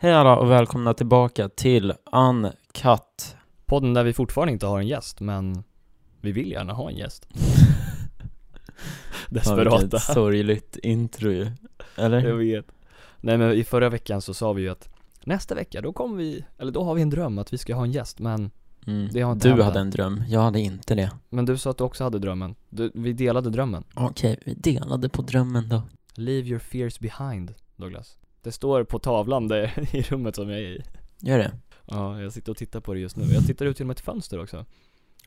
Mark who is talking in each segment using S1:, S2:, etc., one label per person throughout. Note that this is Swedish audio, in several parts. S1: Hej alla och välkomna tillbaka till Uncut.
S2: Podden där vi fortfarande inte har en gäst, men vi vill gärna ha en gäst.
S1: Fan, vilket
S2: Desperata.
S1: sorgligt intro ju. Eller?
S2: Jag vet. Nej men i förra veckan så sa vi ju att nästa vecka då kommer vi, eller då har vi en dröm att vi ska ha en gäst, men,
S1: Mm.
S2: det har inte
S1: du
S2: hänt
S1: hade
S2: än.
S1: en dröm, jag hade inte det.
S2: men du sa att du också hade drömmen. Du, vi delade drömmen.
S1: Okej, vi delade på drömmen då.
S2: Leave your fears behind, Douglas. Det står på tavlan där i rummet som jag är i.
S1: Gör det?
S2: Ja, jag sitter och tittar på det just nu. Jag tittar ut genom ett fönster också.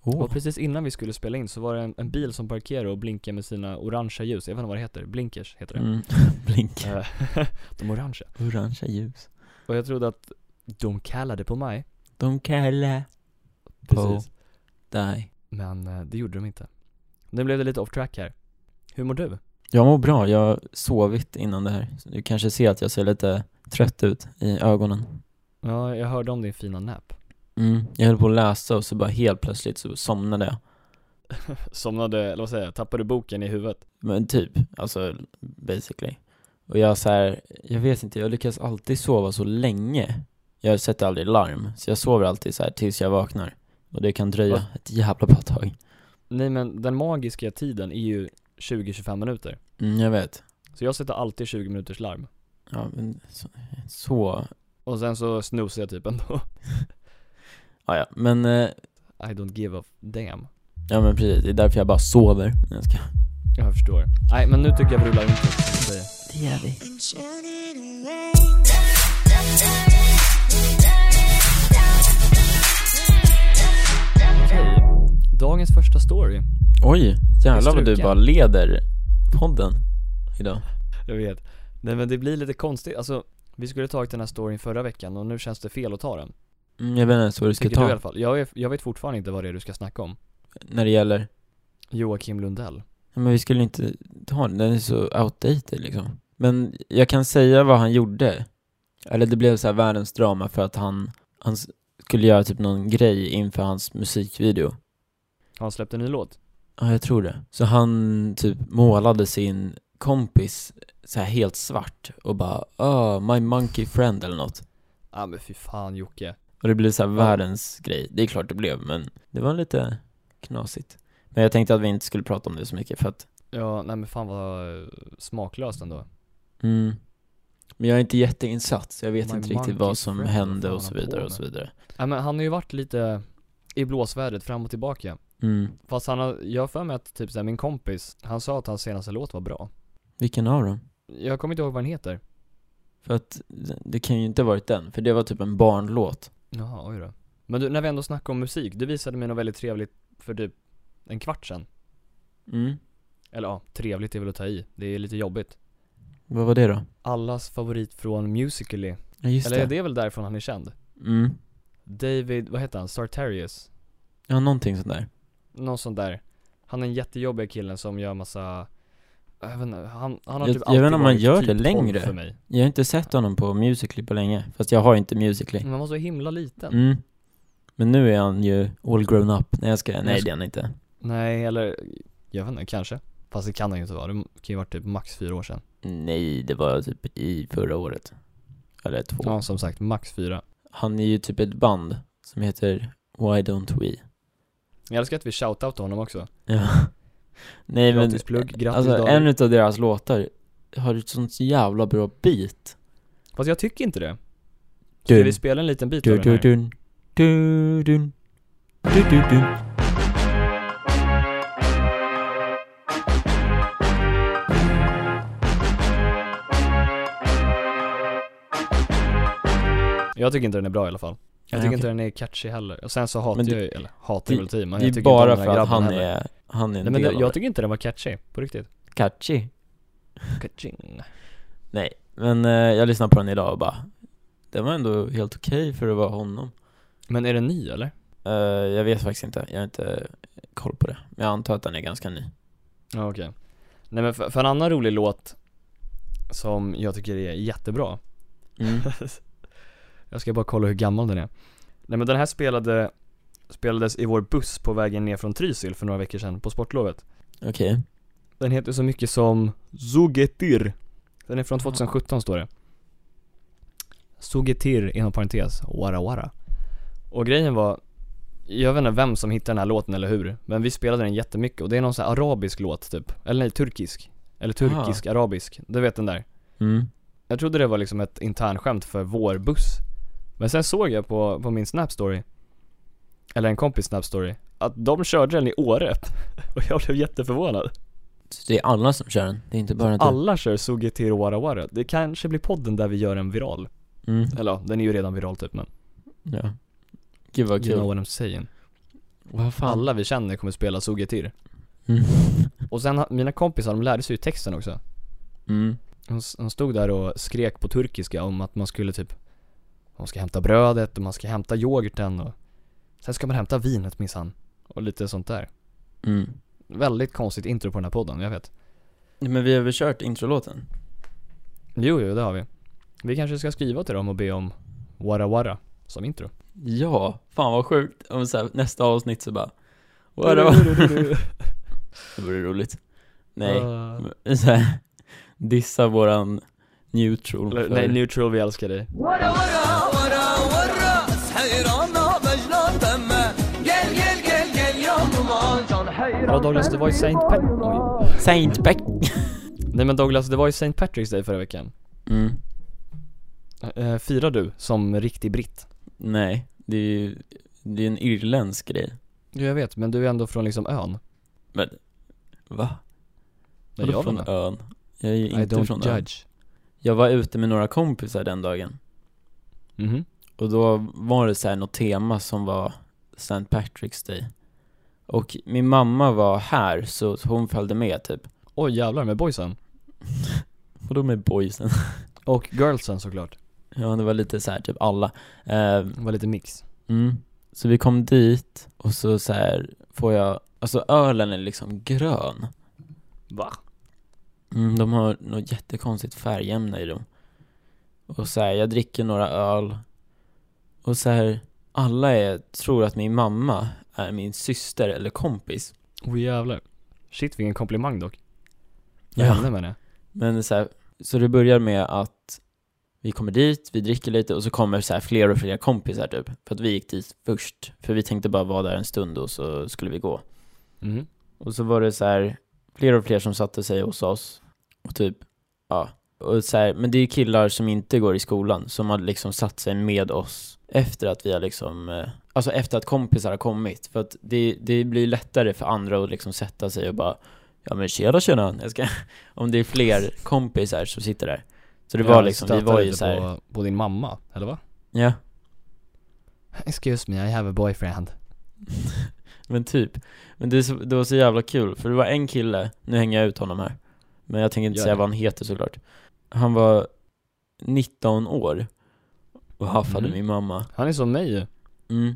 S1: Oh.
S2: Och precis innan vi skulle spela in så var det en, en bil som parkerade och blinkade med sina orangea ljus. Jag vet inte vad det heter. Blinkers heter det.
S1: Mm. Blink.
S2: Eh, de orangea.
S1: Orangea ljus.
S2: Och jag trodde att de kallade på mig.
S1: De kallar
S2: Precis.
S1: dig.
S2: Men eh, det gjorde de inte. Nu blev det lite off track här. Hur mår du?
S1: Jag mår bra, jag har sovit innan det här. Så Du kanske ser att jag ser lite trött ut i ögonen.
S2: Ja, jag hörde om din fina nap.
S1: Mm. Jag höll på att läsa och så bara helt plötsligt så somnade jag.
S2: Somnade, eller vad säger jag, tappade boken i huvudet.
S1: Men typ, alltså basically. Och jag så här, jag vet inte, jag lyckas alltid sova så länge. Jag sätter aldrig larm, så jag sover alltid så här tills jag vaknar. Och det kan dröja
S2: Va?
S1: ett jävla bra tag.
S2: Nej men den magiska tiden är ju 20-25 minuter.
S1: Mm, jag vet.
S2: Så jag sätter alltid 20 minuters larm.
S1: Ja, men så, så
S2: Och sen så snoozar jag typ ändå.
S1: ja, ja. men, eh,
S2: I don't give a damn.
S1: ja men precis, det är därför jag bara sover. Nej, Jag ska.
S2: Jag förstår. Nej men nu tycker jag vi rullar in på det som du säger.
S1: Det gör vi.
S2: Okej. Dagens första story.
S1: Oj, jävlar vad du
S2: Struken.
S1: bara leder podden idag.
S2: Jag vet. Nej men det blir lite konstigt, alltså vi skulle tagit den här storyn förra veckan och nu känns det fel att ta den.
S1: Mm, jag vet inte ens vad du ska
S2: Tycker du i
S1: ta
S2: alla fall. Jag, är, jag vet fortfarande inte vad det är du ska snacka om.
S1: när det gäller,
S2: Joakim Lundell.
S1: Ja, men vi skulle inte ta den, den är så outdated liksom. Men jag kan säga vad han gjorde. Eller det blev så här världens drama för att han, han s- skulle göra typ någon grej inför hans musikvideo.
S2: Har han släppt en ny låt?
S1: Ja, jag tror det. Så han typ målade sin kompis så här helt svart och bara oh, my monkey friend eller något.
S2: ah, men fy fan Jocke.
S1: Och det blev så här världens grej. Det är klart det blev, men det var lite knasigt. Men jag tänkte att vi inte skulle prata om det så mycket för att
S2: Ja, nej men fan vad eh, smaklöst ändå.
S1: Mm. Men jag är inte jätteinsatt, så jag vet
S2: My
S1: inte riktigt
S2: monkey
S1: vad som
S2: friend, vad
S1: hände
S2: fan
S1: och så
S2: håller han på
S1: vidare och
S2: med?
S1: så vidare.
S2: Nej men han har ju varit lite i blåsvädret fram och tillbaka.
S1: Mm.
S2: Fast han har, jag har för mig att typ såhär min kompis, han sa att hans senaste låt var bra.
S1: Vilken av dem?
S2: Jag kommer inte ihåg vad den heter.
S1: För att det kan ju inte ha varit den, för det var typ en barnlåt.
S2: Jaha, oj då. Men du, när vi ändå snackar om musik, du visade mig något väldigt trevligt för typ en kvart sedan.
S1: Mm.
S2: Eller ja, trevligt är väl att ta i. Det är lite jobbigt.
S1: Vad var det då?
S2: Allas favorit från Musical.ly.
S1: Ja just
S2: Eller är
S1: det.
S2: det är väl därifrån han är känd?
S1: Mm.
S2: David, vad heter han? Sartorius?
S1: Ja, någonting sånt där.
S2: Någon sån där. Han är en jättejobbiga killen som gör massa, jag vet inte, han, han har
S1: Jag-
S2: typ
S1: jag vet inte
S2: alltid
S1: om han
S2: varit
S1: gör
S2: typ
S1: det
S2: tolv
S1: längre.
S2: för mig.
S1: Jag har inte sett honom på Musical.ly på länge, fast jag har inte Musical.ly.
S2: Men han var så himla liten.
S1: Mm. Men nu är han ju all grown up. Nej jag ska, nej
S2: Jag ska-
S1: det är han inte.
S2: Nej, eller, jag vet inte, kanske. Fast det kan han ju inte vara, det kan ju vara typ max fyra år sedan.
S1: Nej, det var typ i förra året. Eller två.
S2: Ja, som sagt, max fyra.
S1: Han är ju typ ett band som heter Why Don't We.
S2: Jag älskar att vi shoutoutar honom också.
S1: Ja. Nej men,
S2: Gratis plugg, grattis
S1: alltså
S2: David.
S1: en utav deras låtar har ett sånt jävla bra beat.
S2: Fast jag tycker inte det. Ska
S1: Dun,
S2: vi spela en liten bit
S1: dun,
S2: av den
S1: dun,
S2: här?
S1: dun, dun, dun, dun, dun, dun.
S2: Jag tycker inte den är bra i alla fall. Jag
S1: Nej,
S2: tycker
S1: okej.
S2: inte den är catchy heller. Och sen så hatar
S1: Men det-
S2: jag ju, eller hatar
S1: det-
S2: jag väl team, men
S1: Det
S2: jag
S1: är
S2: tycker inte
S1: bara
S2: om den
S1: för
S2: här
S1: att han
S2: grabben heller.
S1: är, han är en
S2: Nej men
S1: del
S2: det,
S1: av
S2: jag
S1: det.
S2: tycker inte den var catchy, på riktigt.
S1: Catchy.
S2: Catchy.
S1: Nej, men eh, jag lyssnade på den idag och bara, den var ändå helt okej för att vara honom.
S2: Men är den ny eller?
S1: Eh, jag vet faktiskt inte, jag har inte koll på det. Men jag antar att den är ganska ny.
S2: Ja okej. Nej men för, för en annan rolig låt som jag tycker är jättebra.
S1: Mm.
S2: Jag ska bara kolla hur gammal den är. Nej men den här spelade, spelades i vår buss på vägen ner från Trysil för några veckor sedan på sportlovet.
S1: Okej.
S2: Den heter så mycket som Zugetir Den är från 2017 står det Sugetir inom parentes, Wara Wara. Och grejen var, jag vet inte vem som hittade den här låten eller hur, men vi spelade den jättemycket och det är någon sån här arabisk låt typ, eller nej, turkisk. Eller turkisk, arabisk, du vet den där.
S1: Mm.
S2: Jag trodde det var liksom ett internskämt för vår buss Men sen såg jag på, på min snapstory Eller en kompis snapstory Att de körde den i Åre Och jag blev jätteförvånad
S1: Så det är alla som kör den, det är inte bara du.
S2: Alla kör Sugetir Warawara Det kanske blir podden där vi gör en viral
S1: Mm.
S2: Eller ja, den är ju redan viral typ men
S1: Ja. Gud vad
S2: You know
S1: kul.
S2: what I'm saying
S1: Vad fan.
S2: Alla vi känner kommer spela Sugetir
S1: Mm.
S2: Och sen, ha- mina kompisar de lärde sig ju texten också
S1: Mm.
S2: Hon, s- hon stod där och skrek på turkiska om att man skulle typ Man ska hämta brödet och man ska hämta yoghurten och Sen ska man hämta vinet minsann Och lite sånt där
S1: Mm.
S2: Väldigt konstigt intro på den här podden, jag vet
S1: Men vi har väl kört introlåten?
S2: Jo, jo det har vi Vi kanske ska skriva till dem och be om Wara Wara som intro
S1: Ja, fan vad sjukt. Om så här, nästa avsnitt så bara, vad det var. Det vore roligt. Nej.
S2: Ah.
S1: Så här, dissa våran neutral
S2: Eller,
S1: för...
S2: Nej, neutral vi älskar dig
S3: ورا ورا ورا ورا حيرانة مجنون تمه قل قل قل قل يوم كان
S2: Ja
S3: حيران
S2: Douglas, det var ju Saint Pat- Oj.
S1: Saint Beck.
S2: Nej men Douglas, det var ju Saint Patrick's Day förra veckan
S1: Mm.
S2: eh, Firar du som riktig britt?
S1: Nej, det är ju, det är en irländsk grej.
S2: Jo jag vet, men du är ändå från liksom ön
S1: Men, va?
S2: Nej,
S1: Vadå
S2: jag
S1: från
S2: vet
S1: ön? Jag är ju
S2: I
S1: inte
S2: don't
S1: från ön.
S2: judge
S1: Jag var ute med några kompisar den dagen.
S2: Mhm
S1: Och då var det så här något tema som var St. Patrick's Day. Och min mamma var här, så hon följde med typ.
S2: Oj jävlar med boysen
S1: Och då med boysen.
S2: Och girlsen såklart
S1: ja, det var lite så här typ alla. Eh,
S2: Det var lite mix
S1: Mm. Så vi kom dit och så, så här får jag, alltså ölen är liksom grön.
S2: Va?
S1: Mm, de har något jättekonstigt färgämne i dem. Och så här, jag dricker några öl. Och så här, alla är, tror att min mamma är min syster eller kompis.
S2: Oj jävlar Shit vilken komplimang dock
S1: Ja.
S2: Ja menar jag
S1: Men så här, så det börjar med att vi kommer dit, vi dricker lite och så kommer så här fler och fler kompisar typ. För att vi gick dit först, för vi tänkte bara vara där en stund och så skulle vi gå.
S2: Mhm
S1: Och så var det så här, fler och fler som satte sig hos oss. Och typ, ja. Och så här, men det är killar som inte går i skolan, som har liksom satt sig med oss efter att vi har liksom, eh, alltså efter att kompisar har kommit. För att det, det blir lättare för andra att liksom sätta sig och bara, ja men tjena tjena, jag ska, om det är fler kompisar som sitter där. Så det var liksom, vi var ju så här,
S2: på, på din mamma, eller va?
S1: ja.
S2: Excuse me, I have a boyfriend
S1: Men typ. Men det, är så- det var så jävla kul, för det var en kille, nu hänger jag ut honom här. Men jag tänker inte
S2: Gör
S1: säga
S2: det.
S1: vad han heter såklart. Han var 19 år och haffade
S2: Mhm.
S1: min mamma.
S2: Han är som mig ju
S1: Mm.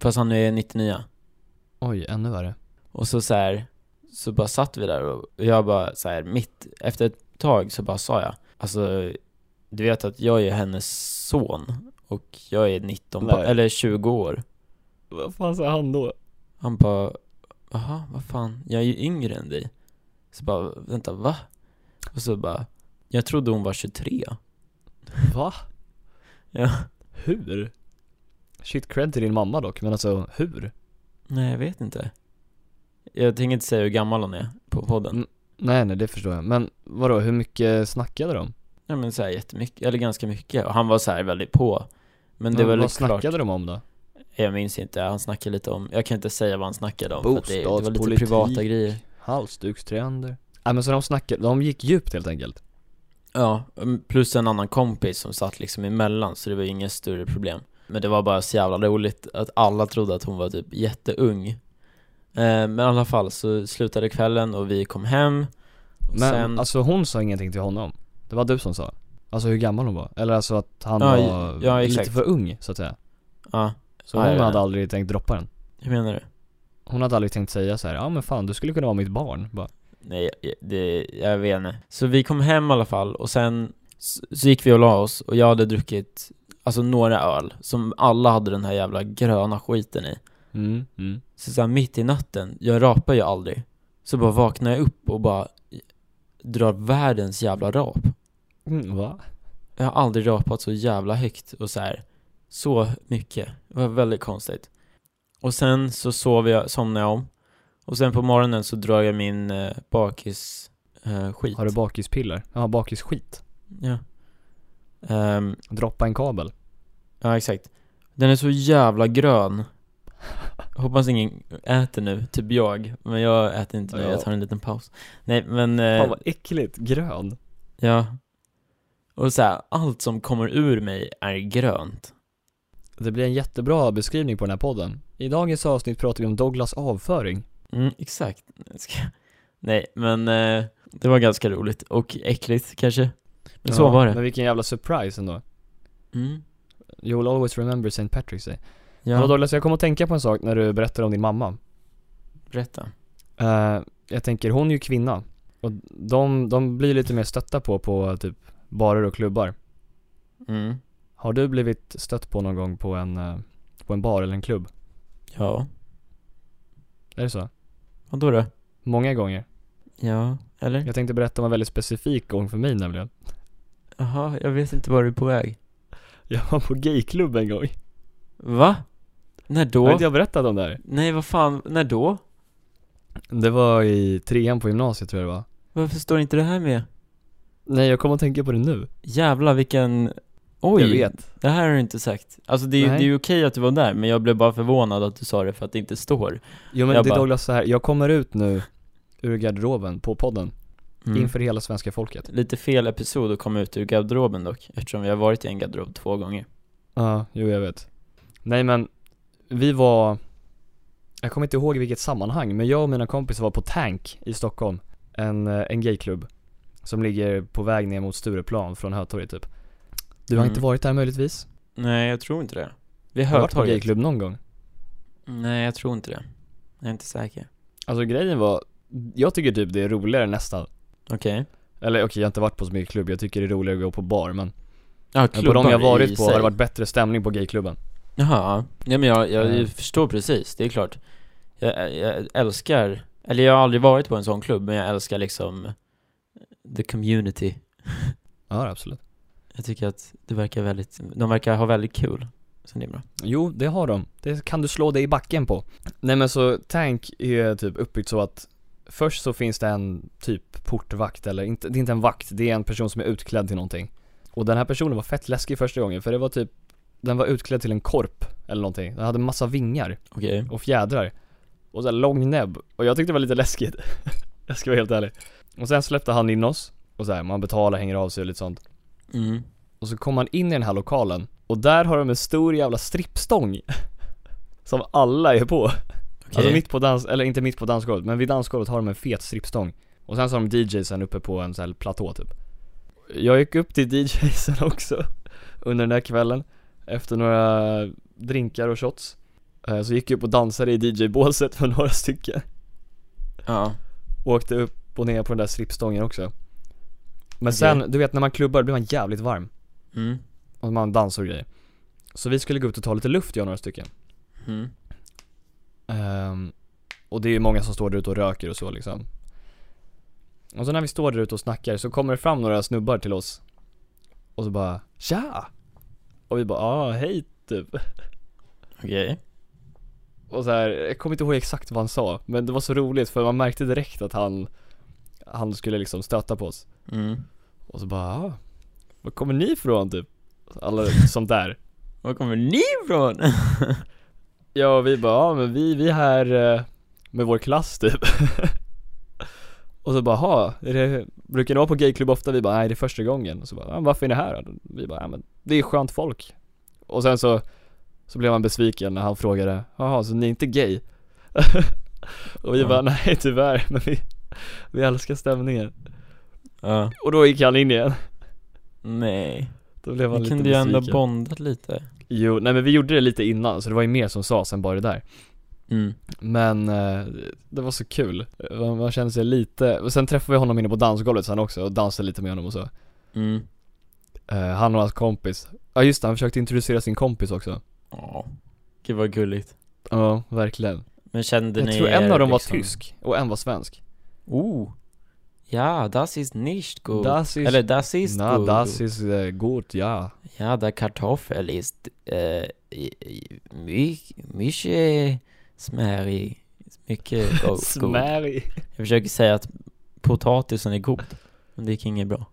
S1: Fast han är 99.
S2: Oj, ännu värre
S1: Och så så här, så bara satt vi där och jag bara så här, mitt, efter ett tag så bara sa jag, alltså du vet att jag är hennes son och jag är 19, ba-
S2: Nej.
S1: eller 20 år.
S2: Vad fan sa han då?
S1: Han bara, jaha, vad fan, jag är ju yngre än dig. Så bara, vänta, va? Och så bara, jag trodde hon var 23.
S2: Va?
S1: Ja.
S2: Hur? Shit cred till din mamma dock, men alltså hur?
S1: Nej, jag vet inte. Jag tänker inte säga hur gammal hon är på podden.
S2: Mm. Nej nej det förstår jag, men vadå hur mycket snackade de?
S1: Ja men såhär jättemycket, eller ganska mycket. Och han var såhär väldigt på. Men det var
S2: vad
S1: väldigt
S2: snackade
S1: klart,
S2: de om då?
S1: jag minns inte, han snackade lite om, jag kan inte säga vad han snackade om. för att det, det var lite
S2: Bostadspolitik.
S1: privata grejer.
S2: Halsdukstrender Nej men så de snackade, de gick djupt helt enkelt
S1: Ja, mm, plus en annan kompis som satt liksom emellan så det var ju inget större problem. Men det var bara så jävla roligt att alla trodde att hon var typ jätteung. Eh, men i alla fall så slutade kvällen och vi kom hem. Och
S2: Men
S1: sen,
S2: alltså hon sa ingenting till honom Det var du som sa Alltså hur gammal hon var, eller alltså att han
S1: Ja,
S2: var
S1: ja,
S2: lite
S1: exakt.
S2: för ung så att säga
S1: ja,
S2: Så
S1: Ja,
S2: hon
S1: ja, ja.
S2: hade aldrig tänkt droppa den
S1: hur menar du?
S2: Hon hade aldrig tänkt säga så här, ja men fan du skulle kunna vara mitt barn bara,
S1: Nej, jag- det, jag vet inte. Så vi kom hem i alla fall och sen s- så gick vi och la oss och jag hade druckit alltså några öl som alla hade den här jävla gröna skiten i.
S2: mm, mm.
S1: Så såhär mitt i natten, jag rapar ju aldrig. Så bara vaknar jag upp och bara drar världens jävla rap.
S2: mm va?
S1: Jag har aldrig rapat så jävla högt och så här så mycket. Det var väldigt konstigt. Och sen så sov jag, somnade jag om. Och sen på morgonen så drar jag min eh, bakis eh, skit.
S2: Har du bakispiller? Ja, bakisskit.
S1: Ja. Ehm,
S2: Droppa en kabel.
S1: ja, exakt. Den är så jävla grön. Hoppas ingen äter nu, typ jag. Men jag äter inte nu,
S2: Ja.
S1: jag tar en liten paus. Nej men,
S2: Fan
S1: eh,
S2: vad äckligt, grön.
S1: ja. Och så här, allt som kommer ur mig är grönt.
S2: Det blir en jättebra beskrivning på den här podden. I dagens avsnitt pratar vi om Douglas avföring.
S1: Mm, exakt. Ska- Nej men, eh, det var ganska roligt och äckligt kanske. Men så
S2: Ja,
S1: var det.
S2: Men vilken jävla surprise ändå.
S1: Mm.
S2: You'll always remember St. Patrick's Day.
S1: Ja,
S2: Ja. Douglas, jag kommer att tänka på en sak när du berättar om din mamma.
S1: berätta.
S2: Eh, jag tänker, hon är ju kvinna. Och de, de blir lite mer stötta på, på typ barer och klubbar.
S1: Mm.
S2: Har du blivit stött på någon gång på en, eh, på en bar eller en klubb?
S1: Ja,
S2: Är det så?
S1: vadå då?
S2: Många gånger.
S1: Ja, eller?
S2: Jag tänkte berätta om en väldigt specifik gång för mig nämligen.
S1: Jaha, jag vet inte var du är på väg.
S2: Jag var på gayklubb en gång.
S1: Va? När då?
S2: Har inte jag berättat om det här?
S1: Nej, vad fan, när då?
S2: Det var i trean på gymnasiet tror jag det var.
S1: Varför står inte det här med?
S2: Nej, jag kommer att tänka på det nu.
S1: Jävlar vilken... Oj,
S2: Jag vet.
S1: det här har du inte sagt. Alltså det är ju
S2: Nej.
S1: det är ju okej att du var där, men jag blev bara förvånad att du sa det för att det inte står.
S2: Jo men
S1: Jag
S2: det är
S1: bara-
S2: Douglas så här. jag kommer ut nu ur garderoben på podden.
S1: Mm.
S2: Inför hela svenska folket.
S1: Lite fel episod att komma ut ur garderoben dock, eftersom vi har varit i en garderob två gånger.
S2: Ja, jo jag vet. Nej men, vi var, jag kommer inte ihåg i vilket sammanhang, men jag och mina kompisar var på Tank i Stockholm. En, eh, en gayklubb. Som ligger på väg ner mot Stureplan från Hötorget typ. Du har
S1: Mm.
S2: inte varit där möjligtvis?
S1: Nej, jag tror inte det. Vi
S2: Har du varit på
S1: Hötorget.
S2: gayklubb någon gång?
S1: Nej, jag tror inte det. Jag är inte säker.
S2: Alltså grejen var, jag tycker typ det är roligare nästan.
S1: Okej.
S2: Eller okej, jag har inte varit på så mycket klubb, jag tycker det är roligare att gå på bar men.
S1: Ja,
S2: men på de
S1: klubbar
S2: jag
S1: i
S2: varit på har
S1: sig.
S2: det varit bättre stämning på gayklubben.
S1: Jaha, nej men jag, jag
S2: Eh.
S1: förstår precis, det är klart jag, jag älskar, eller jag har aldrig varit på en sån klubb men jag älskar liksom the community
S2: Ja, absolut.
S1: Jag tycker att det verkar väldigt, de verkar ha väldigt kul Så det är bra
S2: Jo, det har de. Det kan du slå dig i backen på. Nej men så Tank är typ uppbyggt så att först så finns det en typ portvakt eller inte, det är inte en vakt, det är en person som är utklädd till någonting. Och den här personen var fett läskig första gången för det var typ, den var utklädd till en korp eller någonting. Den hade massa vingar
S1: Okej,
S2: och fjädrar. Och så här lång näbb. Och jag tyckte det var lite läskigt. jag ska vara helt ärlig. Och sen släppte han in oss. Och så här, man betalar, hänger av sig och lite sånt.
S1: mm.
S2: Och så kommer man in i den här lokalen Och där har de en stor jävla strippstång Som alla är på
S1: okej,
S2: Alltså mitt på dans, eller inte mitt på dansgolvet Men vid dansgolvet har de en fet strippstång Och sen så har de DJsen uppe på en sån här platå typ Jag gick upp till DJsen också Under den här kvällen Efter några drinkar och shots Eh, Så gick jag upp och dansade i DJ-båset för några stycken
S1: ja,
S2: och Åkte upp och ner på den där strippstången också Men
S1: Okej.
S2: sen, du vet när man klubbar blir man jävligt varm
S1: mm.
S2: och man dansar och grejer Så vi skulle gå ut och ta lite luft jag och några stycken
S1: Mm.
S2: Ehm, Och det är ju många som står där ute och röker och så liksom Och så när vi står där ute och snackar så kommer det fram några snubbar till oss Och så bara Tja! Och vi bara ah, hej typ
S1: okej
S2: Och så här, jag kommer inte ihåg exakt vad han sa Men det var så roligt för man märkte direkt att han Han skulle liksom stöta på oss
S1: mm.
S2: Och så bara ah, Var kommer ni ifrån typ? Alla sånt där
S1: Var kommer ni ifrån?
S2: Ja, vi bara, ja men vi, vi är här eh, med vår klass typ Och så bara, ha, är det, brukar ni vara på gayklubb ofta? Vi bara, nej det är första gången Och så bara, ja, varför är ni här då? Vi bara, ja men det är skönt folk Och sen så, så blev man besviken när han frågade, jaha så ni är inte gay? Och vi
S1: Ja.
S2: bara, nej tyvärr, men vi, vi älskar stämningen
S1: ja,
S2: Och då gick han in igen,
S1: nej
S2: då blev han
S1: Vi
S2: lite
S1: kunde ju
S2: besviken
S1: ändå bondat lite
S2: Jo, nej men vi gjorde det lite innan så det var ju mer som sades än bara det där
S1: mm.
S2: Men eh, det var så kul, man, man kände sig lite, och sen träffade vi honom inne på dansgolvet sen också och dansade lite med honom och så
S1: Mm.
S2: Eh, Han och hans kompis, ja just det, han försökte introducera sin kompis också
S1: Ja, gud vad gulligt
S2: Ja, verkligen
S1: Men kände
S2: Jag
S1: ni
S2: tror en
S1: er
S2: av dem var
S1: liksom-
S2: tysk och en var svensk
S1: Oh, Ja, das ist nicht gut.
S2: Das ist...
S1: Eller das ist
S2: Na,
S1: gut.
S2: das ist äh, gut, ja.
S1: Ja, der Kartoffel ist äh, i- i- my- mycket smärig. Mycket go- Oh, god.
S2: Smärig.
S1: Jag försöker säga att potatisen är god. Men det gick inget bra.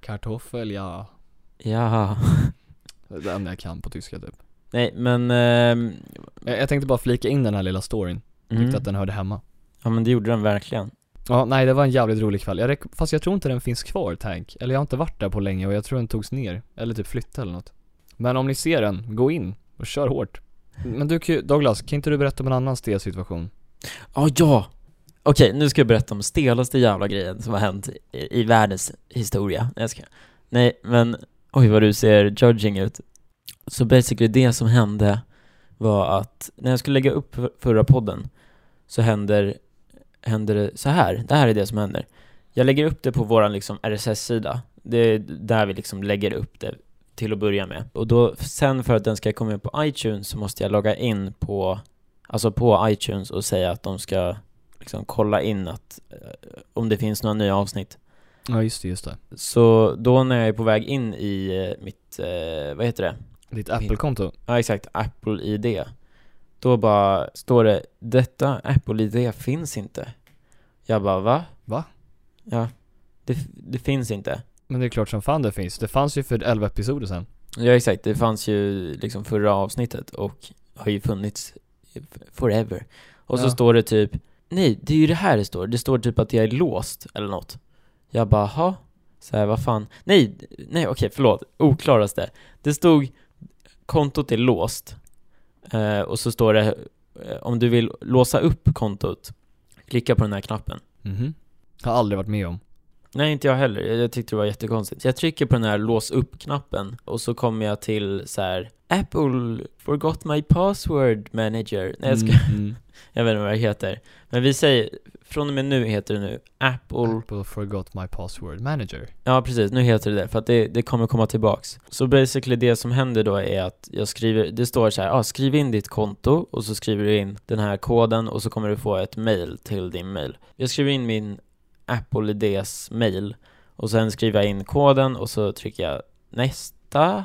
S2: Kartoffel, ja.
S1: Ja.
S2: Det är det enda jag kan på tyska typ.
S1: Nej, men... ehm,
S2: Jag, jag tänkte bara flika in den här lilla storyn. Tyckte
S1: mm.
S2: att den hörde hemma.
S1: Ja, men det gjorde den verkligen.
S2: Ja, nej det var en jävligt rolig kväll. Jag rek- fast jag tror inte den finns kvar Tank. Eller jag har inte varit där på länge och jag tror den togs ner. Eller typ flyttade eller något. Men om ni ser den, gå in och kör hårt. Men du kan ju- Douglas, kan inte du berätta om en annan stel situation?
S1: Ja, ja! Okej, nu ska jag berätta om stelaste jävla grejen som har hänt i, i världens historia. Nej, jag ska. Nej, men oj vad du ser judging ut. Så basically det som hände var att när jag skulle lägga upp för- förra podden så händer, händer det så här. Det här är det som händer. Jag lägger upp det på våran liksom RSS-sida. Det är där vi liksom lägger upp det till att börja med. Och då sen för att den ska komma in på iTunes så måste jag logga in på alltså på iTunes och säga att de ska liksom kolla in att eh, om det finns några nya avsnitt.
S2: Ja just det, just det.
S1: Så då när jag är på väg in i eh, mitt, eh, vad heter det?
S2: Ditt Apple-konto?
S1: Ja exakt, Apple ID. Då bara står det detta Apple ID finns inte. Jag bara va?
S2: Va?
S1: Ja, det, det finns inte.
S2: Men det är klart som fan det finns. Det fanns ju för 11 episoder sen.
S1: Ja exakt, det fanns ju liksom förra avsnittet och har ju funnits forever. Och så
S2: Ja.
S1: står det typ, nej det är ju det här det står, det står typ att jag är låst eller något. Jag bara, ha? Så här, vad fan? Nej, nej okej förlåt, oklaraste. Det stod, kontot är låst. Eh, och så står det, eh, om du vill låsa upp kontot, klicka på den här knappen.
S2: Mhm. Har aldrig varit med om.
S1: Nej, inte jag heller. Jag, jag tyckte det var jättekonstigt. Jag trycker på den här lås upp-knappen och så kommer jag till så här Apple forgot my password manager. Nej, jag, ska,
S2: Mm.
S1: jag vet inte vad det heter. Men vi säger, från och med nu heter det nu Apple
S2: Apple forgot my password manager.
S1: Ja precis, nu heter det det, för att det, det kommer komma tillbaks. Så basically det som händer då är att jag skriver, det står så här, ah, skriv in ditt konto och så skriver du in den här koden och så kommer du få ett mail till din mail. Jag skriver in min Apple IDs mail och sen skriver jag in koden och så trycker jag nästa.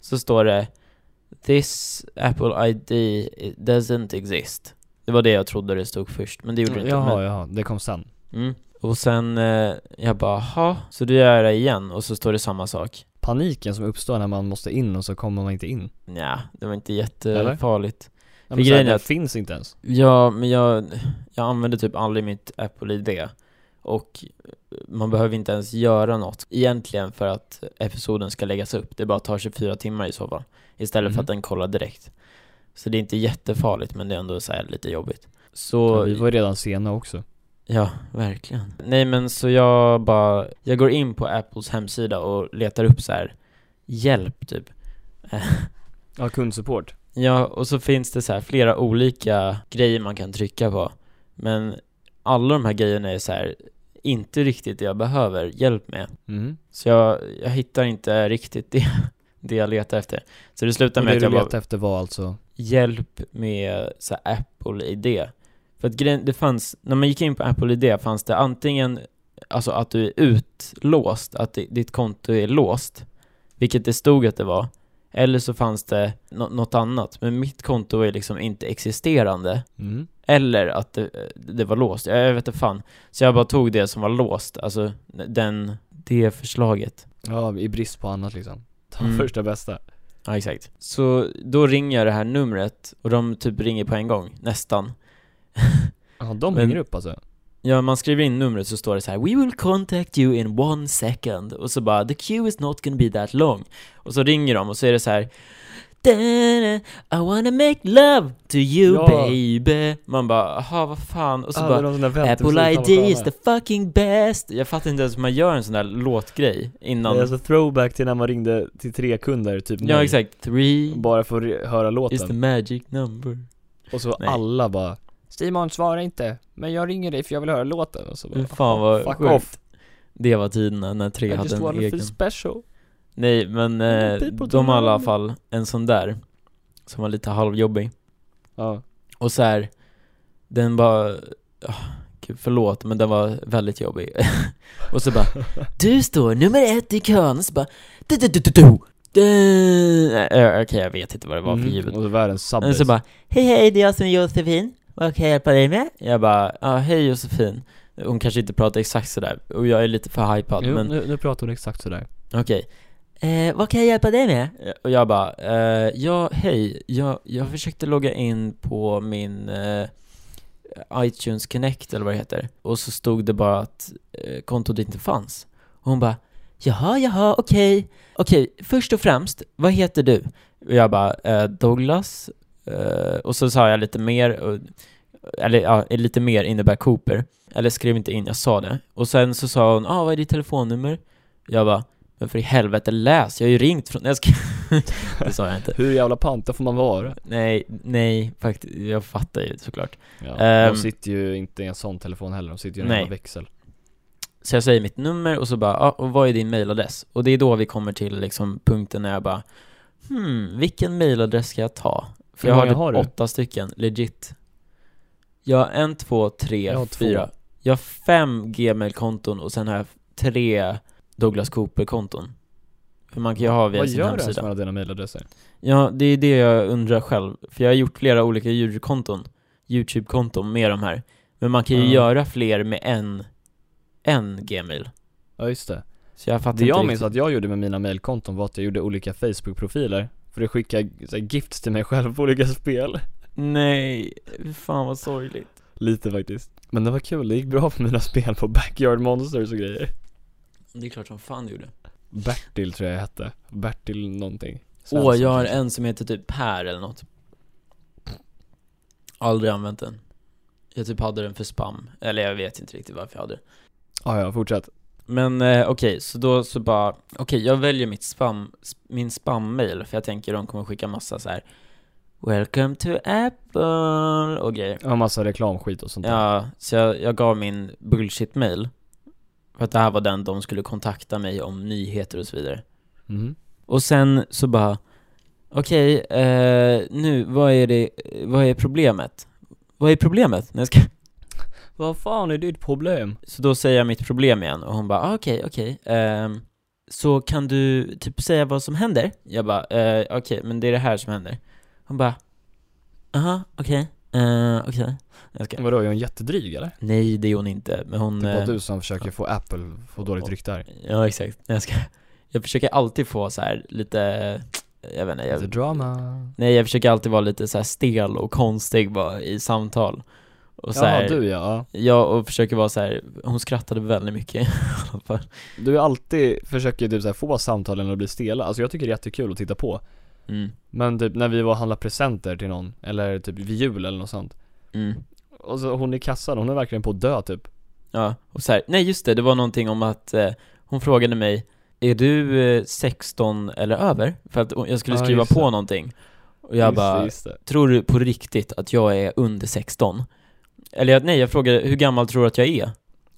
S1: Så står det This Apple ID doesn't exist. Det var det jag trodde det stod först, men det gjorde det inte. men-
S2: Jaha, jaha. Det kom sen.
S1: Mm. Och sen, eh, jag bara ha så då gör jag det igen och så står det samma sak.
S2: Paniken som uppstår när man måste in och så kommer man inte in.
S1: Nja, det var inte
S2: Eller?
S1: jättefarligt.
S2: Ja, men så här,
S1: grejen är
S2: det
S1: att-
S2: finns inte ens.
S1: Ja, men jag, jag använder typ aldrig mitt Apple-ID. Och man behöver inte ens göra något egentligen för att episoden ska läggas upp. Det bara tar 24 timmar i så fall. Istället för
S2: Mhm.
S1: att den kollar direkt. Så det är inte jättefarligt men det är ändå så här lite jobbigt.
S2: Ja,
S1: Så
S2: vi var ju redan sena också.
S1: Ja, verkligen. Nej men så jag bara, jag går in på Apples hemsida och letar upp så här hjälp typ.
S2: Ja, kundsupport.
S1: Ja, och så finns det så här flera olika grejer man kan trycka på. Men alla de här grejerna är så här inte riktigt det jag behöver hjälp med.
S2: Mm.
S1: Så jag, jag hittar inte riktigt det, det jag letar efter. Så det slutar
S2: Och
S1: med
S2: det
S1: att
S2: du
S1: jag bara,
S2: letade efter var alltså,
S1: hjälp med så här, Apple ID. För att grejen, det fanns, när man gick in på Apple ID fanns det antingen alltså att du är utlåst, att di- ditt konto är låst, vilket det stod att det var, eller så fanns det nå- något annat, men mitt konto är liksom inte existerande,
S2: mm.
S1: eller att det, det var låst, jag, jag vet inte fan. Så jag bara tog det som var låst, alltså den, det förslaget.
S2: ja i brist på annat liksom. Ta
S1: Mm.
S2: första bästa.
S1: Ja, exakt. Så då ringer jag det här numret och de typ ringer på en gång, nästan.
S2: Ja, de
S1: Men-
S2: hänger upp alltså.
S1: Ja, man skriver in numret så står det så här We will contact you in one second och så bara The queue is not gonna be that long och så ringer de och så är det så här "Da-da, I wanna make love to you
S2: Ja.
S1: baby Man bara, aha vad fan och så
S2: Ah, det
S1: bara
S2: är de som där väntar
S1: Apple
S2: precis
S1: ID
S2: utanför
S1: is the
S2: alla.
S1: fucking best Jag fattar inte ens hur man gör en sån där låtgrej innan
S2: Det är alltså throwback till när man ringde till tre kunder, typ
S1: Ja
S2: mig.
S1: exakt, three
S2: Bara för att re- höra
S1: is the
S2: låten.
S1: magic number
S2: Och så
S1: Nej.
S2: alla bara Simon svarar inte, men jag ringer dig för jag vill höra låten. Och så bara,
S1: Fy Mm, fan vad
S2: fuck
S1: sjukt.
S2: off.
S1: Det var tiderna när tre
S2: I
S1: hade
S2: just
S1: en
S2: wanna
S1: egen
S2: feel special.
S1: Nej men eh,
S2: people
S1: de
S2: do
S1: har i alla
S2: know.
S1: fall en sån där Som var lite halvjobbig
S2: Ja.
S1: Och så här Den bara ah, och förlåt men den var väldigt jobbig. och så bara, du står nummer ett i kön, och så bara, du du du du du. Du- Nej, Okej, jag vet inte vad det var för ljud.
S2: Mm. Och så världens
S1: Men
S2: subbase.
S1: så bara, hej hej det är jag som är Josefin, vad kan jag hjälpa dig med? Jag bara, ja ah, hej Josefin. Hon kanske inte pratar exakt sådär, och jag är lite för hypad
S2: jo,
S1: men
S2: nu, nu pratar hon exakt sådär.
S1: okej. Eh, vad kan jag hjälpa dig med? Och jag bara, eh, ja hej, jag, jag försökte logga in på min eh, iTunes Connect eller vad det heter, och så stod det bara att eh, kontot inte fanns. Och hon bara, jaha jaha okej, okej först och främst, vad heter du? Och jag bara, eh, Douglas, Eh, och så sa jag lite mer, och, eller ja, lite mer innebär Cooper. Eller skrev inte in, jag sa det. Och sen så sa hon, ah vad är ditt telefonnummer? Jag bara, men för i helvete läs, jag har ju ringt från... Nej, Jag ska... det sa jag inte.
S2: Hur jävla panta får man vara?
S1: Nej, nej, faktiskt, jag fattar ju såklart.
S2: Ja,
S1: Ehm.
S2: de sitter ju inte i en sån telefon heller, de sitter ju i en
S1: Nej.
S2: jävla växel.
S1: Så jag säger mitt nummer och så bara, ah, och vad är din mailadress? Och det är då vi kommer till liksom punkten när jag bara, hmm, vilken mailadress ska jag ta? För
S2: Hur
S1: jag har,
S2: många
S1: typ
S2: har du?
S1: åtta stycken, legit. Jag har en, två, tre,
S2: Jag har två.
S1: fyra. Jag har fem Gmail-konton och sen har jag tre Douglas Cooper-konton. För man kan ju ha via
S2: Vad
S1: sin
S2: gör du ens
S1: hemsida.
S2: med alla dina mailadresser?
S1: Ja, det är det jag undrar själv. För jag har gjort flera olika YouTube-konton, YouTube-konton med de här. Men man kan ju
S2: Mm.
S1: göra fler med en, en Gmail.
S2: Ja just det.
S1: Så jag fattar
S2: Det jag
S1: inte
S2: minns
S1: riktigt.
S2: att jag gjorde med mina mailkonton var att jag gjorde olika Facebook-profiler För att skicka så här, gifts till mig själv på olika spel
S1: Nej, fan vad sorgligt.
S2: Lite faktiskt Men det var kul, det gick bra på mina spel på Backyard Monsters och grejer
S1: Det är klart som fan du gjorde.
S2: Bertil tror jag jag hette, Bertil någonting
S1: Åh,
S2: Svensson
S1: jag har
S2: kanske.
S1: en som heter typ Per eller något. Aldrig använt den. Jag typ hade den för spam, eller jag vet inte riktigt varför jag hade den.
S2: ah, ja, fortsätt
S1: Men eh, okej, så då så bara, okej jag väljer mitt spam, sp- min spam-mail för jag tänker de kommer skicka massa så här. Welcome to Apple och grejer.
S2: Jag har massa reklamskit och sånt där
S1: Ja, så jag, jag gav min bullshit-mail. För att det här var den de skulle kontakta mig om nyheter och så vidare.
S2: Mhm.
S1: Och sen så bara, okej, eh, nu, vad är det, vad är problemet? Vad är problemet? Nej, jag ska...
S2: Vad fan är ditt problem?
S1: Så då säger jag mitt problem igen och hon bara, ah, okej, okej, ehm, så kan du typ säga vad som händer? Jag bara, eh, okej, men det är det här som händer. Hon bara, aha, okej, eh, okej. Jag ska...
S2: Vadå, är hon jättedryg eller?
S1: Nej, det är hon inte, men hon...
S2: Det är bara
S1: eh,
S2: Typ du som försöker få Apple, få dåligt
S1: Och-
S2: rykte här
S1: Ja, exakt. Nej, Jag, ska... jag försöker alltid få så här lite, jag vet inte, jag
S2: Lite drama
S1: Nej jag försöker alltid vara lite så här stel och konstig bara i samtal och så
S2: Jaha
S1: här,
S2: du ja, ja,
S1: Ja och försöker vara så här. hon skrattade väldigt mycket i alla fall.
S2: du är alltid, försöker typ så här, få samtalen att bli stela, alltså jag tycker det är jättekul att titta på
S1: mm.
S2: Men typ när vi var och handlade presenter till någon, eller typ vid jul eller något sånt
S1: Mm.
S2: Och så hon i kassan, hon är verkligen på att dö typ
S1: Ja, och så här, nej just det, det var någonting om att eh, hon frågade mig Är du eh, 16 eller över? För att hon- jag skulle
S2: Ja,
S1: skriva
S2: just
S1: på
S2: det.
S1: någonting Och jag bara,
S2: just det.
S1: tror du på riktigt att jag är under 16? Eller jag, nej, jag frågade, hur gammal tror du att jag är?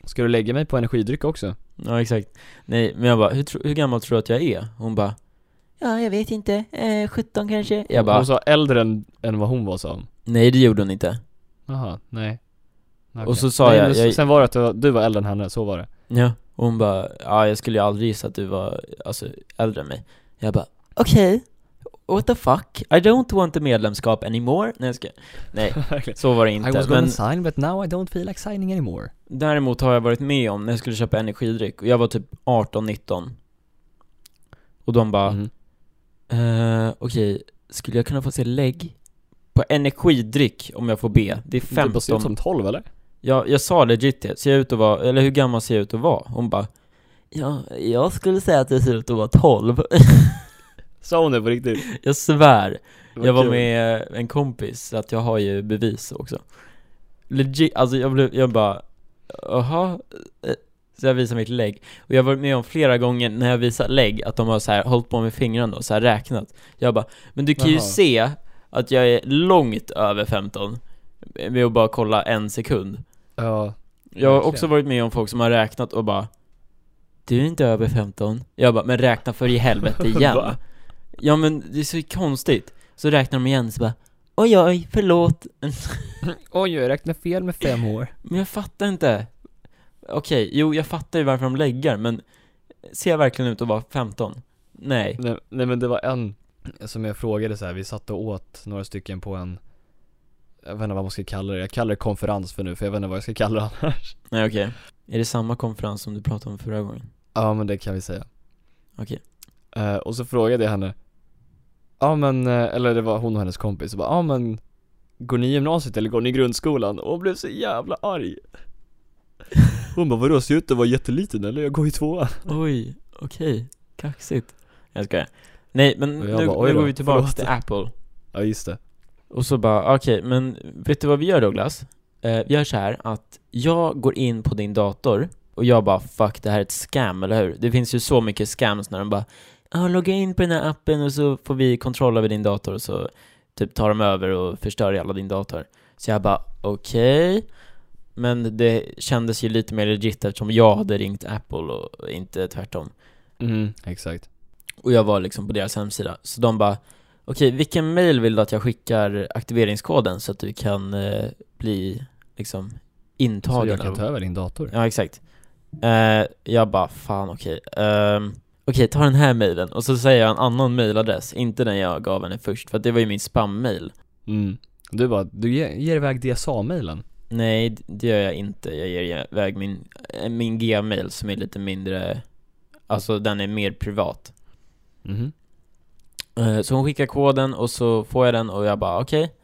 S2: Ska du lägga mig på energidryck också?
S1: Ja exakt. Nej, men jag bara, hur, tro- hur gammal tror du att jag är? Hon bara Ja, jag vet inte. Eh, 17 kanske. Jag bara,
S2: Hon sa äldre än, än vad hon var sa hon
S1: nej det gjorde hon inte.
S2: Jaha, nej Okej.
S1: Och så sa
S2: nej,
S1: jag-
S2: men s-
S1: jag-
S2: Sen var det att du var, du var äldre än henne, så var det
S1: Ja. Och hon bara, ja jag skulle ju aldrig gissa att du var, alltså, äldre än mig. Jag bara, okej. What the fuck? I don't want a medlemskap anymore. Nej jag ska, nej
S2: Verkligen.
S1: så var det inte. Men
S2: sign but now I don't feel like signing anymore
S1: däremot har jag varit med om när jag skulle köpa energidryck och jag var typ 18-19. Och de bara,
S2: mm.
S1: Eh, Okej, skulle jag kunna få se lägg? På energidryck om jag får be. Det är
S2: Du bara ser
S1: 15.
S2: ut typ som 12 eller?
S1: Ja, jag sa legit det. Ser jag ut att vara, eller hur gammal ser jag ut att vara? Hon bara Ja, jag skulle säga att jag ser ut att vara 12.
S2: Sa hon det på riktigt?
S1: jag svär.
S2: Det
S1: Jag var
S2: kul.
S1: med en kompis, så att jag har ju bevis också. Legit, alltså jag blev, jag bara Jaha? eh." Så jag visar mitt lägg. Och jag har varit med om flera gånger när jag visar lägg, att de har så här hållit på med fingrarna och så här räknat. Jag bara, men du kan ju
S2: Jaha.
S1: se att jag är långt över 15 med att bara kolla en sekund.
S2: Ja,
S1: Jag har
S2: Verkligen.
S1: också varit med om folk som har räknat och bara Du är inte över 15 Jag bara, men räkna för i helvete igen
S2: Va?
S1: Ja men det är så konstigt Så räknar de igen så bara oj oj, förlåt.
S2: Oj, jag räknade fel med fem år.
S1: Men jag fattar inte. Okej, jo jag fattar ju varför de lägger, men ser jag verkligen ut att vara 15? Nej.
S2: Nej, nej men det var en som jag frågade så här. vi satt och åt några stycken på en Jag vet inte vad man ska kalla det, jag kallar det konferens för nu för jag vet inte vad jag ska kalla det annars
S1: Nej okej. Är det samma konferens som du pratade om förra gången?
S2: Ja men det kan vi säga
S1: Okej.
S2: Eh, Och så frågade jag henne Ja men, eh, eller det var hon och hennes kompis, och bara ja men Går ni i gymnasiet eller går ni i grundskolan? Och hon blev så jävla arg Hon bara vadå, ser jag ut att vara jätteliten eller? Jag går i tvåan
S1: Oj, okej. Kaxigt. Jag skojar. Nej men
S2: Och
S1: nu,
S2: jag bara, oj
S1: nu
S2: då,
S1: går vi tillbaka
S2: förlåt.
S1: till Apple.
S2: Ja just det
S1: Och så bara, okej, men vet du vad vi gör Douglas? Eh, vi gör så här att jag går in på din dator och jag bara 'fuck, det här är ett scam, eller hur?' Det finns ju så mycket scams när de bara ah, 'logga in på den här appen och så får vi kontroll över din dator' och så typ tar de över och förstör hela din dator. Så jag bara okej, men det kändes ju lite mer legit eftersom jag hade ringt Apple och inte tvärtom.
S2: Mm, exakt
S1: Och jag var liksom på deras hemsida. Så de bara, okej vilken mail vill du att jag skickar aktiveringskoden så att du kan eh, bli liksom
S2: Så
S1: intagen?
S2: jag kan
S1: av-"
S2: ta över din dator
S1: Ja exakt. Eh, jag bara, fan okej. Ehm, okej, ta den här mailen. Och så säger jag en annan mailadress, inte den jag gav henne först, för att det var ju min spammail.
S2: Mm. Du bara, du ger, ger iväg DSA-mailen
S1: Nej, d- det gör jag inte. Jag ger iväg min, eh, min gmail som är lite mindre, alltså den är mer privat.
S2: Mhm
S1: Eh, Så hon skickar koden och så får jag den och jag bara okej.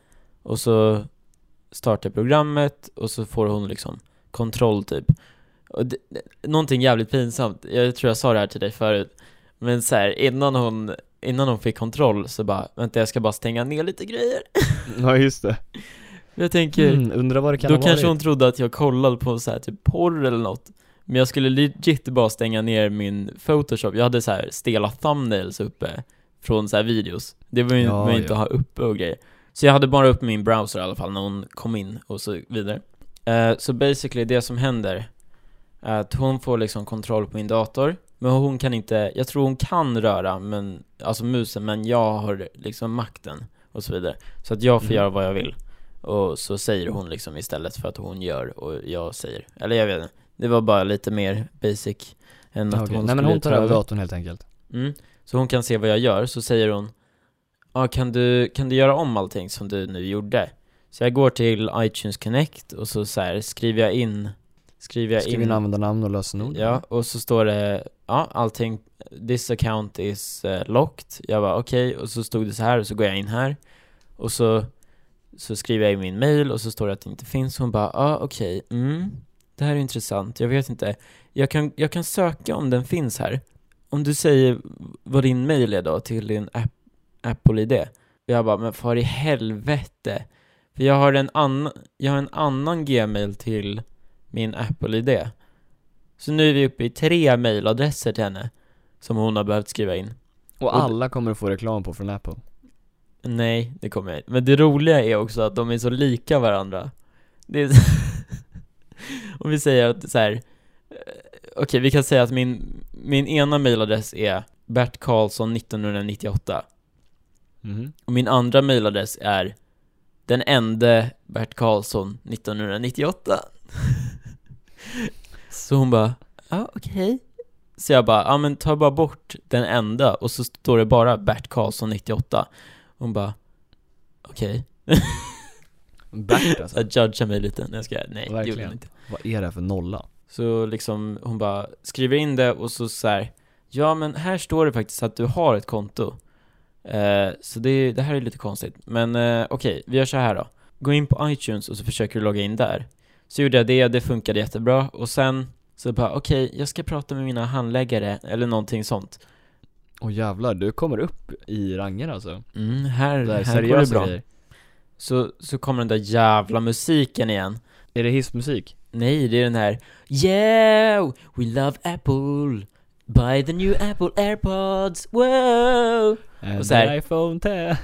S1: Och så startar jag programmet och så får hon liksom kontroll typ. Och det, det- någonting jävligt pinsamt, jag tror jag sa det här till dig förut. Men så här, innan hon, innan hon fick kontroll så bara, vänta jag ska bara stänga ner lite grejer.
S2: Ja just det
S1: Jag tänker,
S2: mm, Undrar vad det kan
S1: då
S2: ha varit
S1: kanske hon trodde att jag kollade på så här typ porr eller något. Men jag skulle legit bara stänga ner min photoshop. Jag hade så här stela thumbnails uppe från så här videos. Det var ju
S2: Ja,
S1: var ju inte
S2: ja.
S1: att ha uppe och grejer. Så jag hade bara upp min browser i alla fall när hon kom in och så vidare. Eh, så basically det som händer är att hon får liksom kontroll på min dator. Men hon kan inte, jag tror hon kan röra men, alltså musen, men jag har liksom makten och så vidare. Så att jag får
S2: Mhm.
S1: göra vad jag vill. Och så säger hon liksom istället för att hon gör och jag säger. Eller jag vet inte. Det var bara lite mer basic än att
S2: Okej,
S1: hon
S2: Nej men
S1: skulle
S2: hon tar
S1: ta
S2: över datorn helt enkelt
S1: Mm. Så hon kan se vad jag gör, så säger hon ah, kan, du, kan du göra om allting som du nu gjorde? Så jag går till iTunes Connect och så, så här, skriver jag in Skriver jag
S2: Skriv
S1: in
S2: in användarnamn och lösenord
S1: Ja, och så står det ja, allting This account is eh, locked Jag bara okej, och så stod det så här och så går jag in här Och så Så skriver jag i min mail och så står det att det inte finns Hon bara, ja ah, okej, mm Det här är intressant, jag vet inte jag kan, jag kan söka om den finns här Om du säger vad din mail är då till din app, Apple-ID Jag bara, men far i helvete För jag har en annan, jag har en annan gmail till min Apple-ID så nu är vi uppe i tre mailadresser till henne Som hon har behövt skriva in
S2: Och alla kommer att få reklam på från Apple
S1: Nej, det kommer jag inte. Men det roliga är också att de är så lika varandra Det är Om vi säger att så här. eh, Okej, vi kan säga att min, min ena mailadress är Bert Karlsson 1998
S2: Mhm
S1: Och min andra mailadress är Den ende Bert Karlsson 1998 Så hon bara, ja ah, okej Så jag bara, ja ah, men ta bara bort den enda och så står det bara Bert Karlsson 98 Hon bara, okej,
S2: Bert alltså,
S1: okay. judgar mig lite när jag ska, nej det gjorde
S2: Verkligen.
S1: hon inte
S2: vad är det här för nolla?
S1: Så liksom, hon bara skriver in det och så så här. Ja men här står det faktiskt att du har ett konto eh, Så det, det här är lite konstigt Men eh, okej, vi gör så här då Gå in på iTunes och så försöker du logga in där Så gjorde jag det, det funkade jättebra och sen så bara okej, jag ska prata med mina handläggare eller någonting sånt
S2: Åh jävlar, du kommer upp i rangen alltså
S1: mm, här,
S2: Det är
S1: här går det
S2: seriösa
S1: bra
S2: grejer
S1: så, så kommer den där jävla musiken igen
S2: Är det hissmusik?
S1: Nej, det är den här Yeah, we love Apple Buy the new Apple airpods, wow
S2: And
S1: så här-
S2: the iPhone 10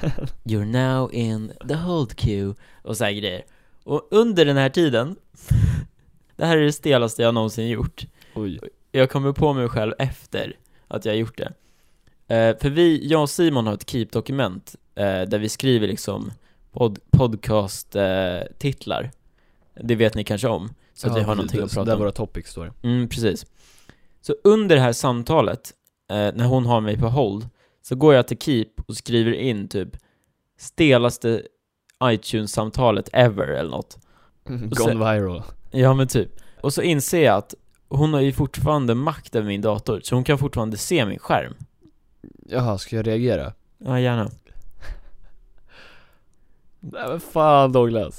S1: You're now in the hold queue Och så här grejer Och under den här tiden Det här är det stelaste jag någonsin gjort
S2: Oj,
S1: Jag kommer på mig själv efter att jag gjort det eh, För vi, jag och Simon har ett keep-dokument eh, Där vi skriver liksom pod podcast-titlar. det vet ni kanske om. Så att vi har någonting att prata
S2: Där
S1: om.
S2: våra topics står.
S1: Mm, precis. Så under det här samtalet, eh, när hon har mig på hold, så går jag till Keep och skriver in typ stelaste iTunes-samtalet ever eller något. Mm.
S2: Gone viral.
S1: Ja men typ. Och så inser jag att hon har ju fortfarande makt över min dator, så hon kan fortfarande se min skärm.
S2: Jaha, ska jag reagera?
S1: Ja, gärna.
S2: Nej men fan Douglas.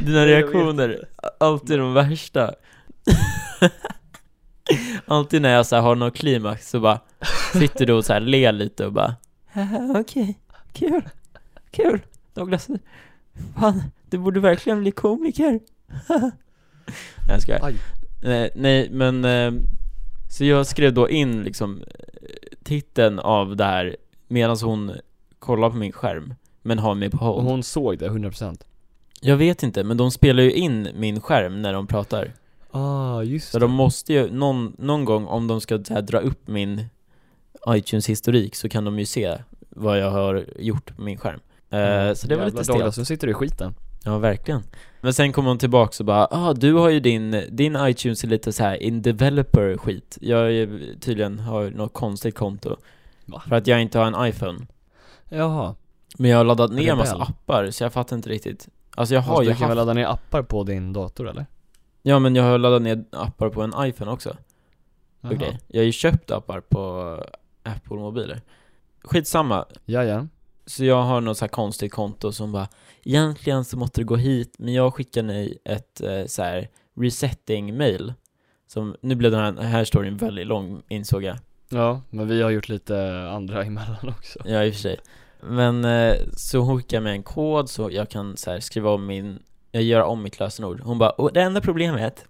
S1: Dina
S2: Jag vet
S1: reaktioner, alltid de värsta. alltid när jag så här har någon klimax så bara sitter du och så här ler lite och bara "Haha, Okej, kul, kul Douglas, fan, du borde verkligen bli komiker. Nej, jag skojar.
S2: Aj.
S1: Nej, nej men eh, Så jag skrev då in liksom eh, titeln av det här medan hon kollar på min skärm Men har mig på
S2: Och
S1: hold
S2: hon såg det, 100%.
S1: Jag vet inte, men de spelar ju in min skärm när de pratar
S2: Ah, just
S1: Så de måste ju, någon, någon gång om de ska så här, dra upp min iTunes-historik så kan de ju se vad jag har gjort på min skärm Eh,
S2: Mm.
S1: Så det var lite stelt
S2: Douglas, nu sitter du i skiten.
S1: Ja, verkligen. Men sen kom hon tillbaka och bara ah, du har ju din, din iTunes är lite så här in developer skit. Jag är ju tydligen har något konstigt konto.
S2: Va?
S1: För att jag inte har en iPhone.
S2: Jaha.
S1: Men jag har laddat ner en massa
S2: Rebell.
S1: appar så jag fattar inte riktigt. Alltså jag har ju
S2: Fast du kan väl
S1: haft,
S2: ladda ner appar på din dator eller?
S1: ja men jag har laddat ner appar på en iPhone också.
S2: Jaha.
S1: Okej. Jag har ju köpt appar på Apple-mobiler. Skitsamma.
S2: Jaja.
S1: Så jag har något så här konstigt konto som bara Egentligen så måste du gå hit men jag skickar dig ett eh, så här resetting mail Som, nu blev den här, den här storyn väldigt lång insåg jag
S2: Ja, men vi har gjort lite andra emellan också.
S1: Ja i och för sig Men eh, så hon skickar mig en kod så jag kan så här, skriva om min Jag gör om mitt lösenord Hon bara och det enda problemet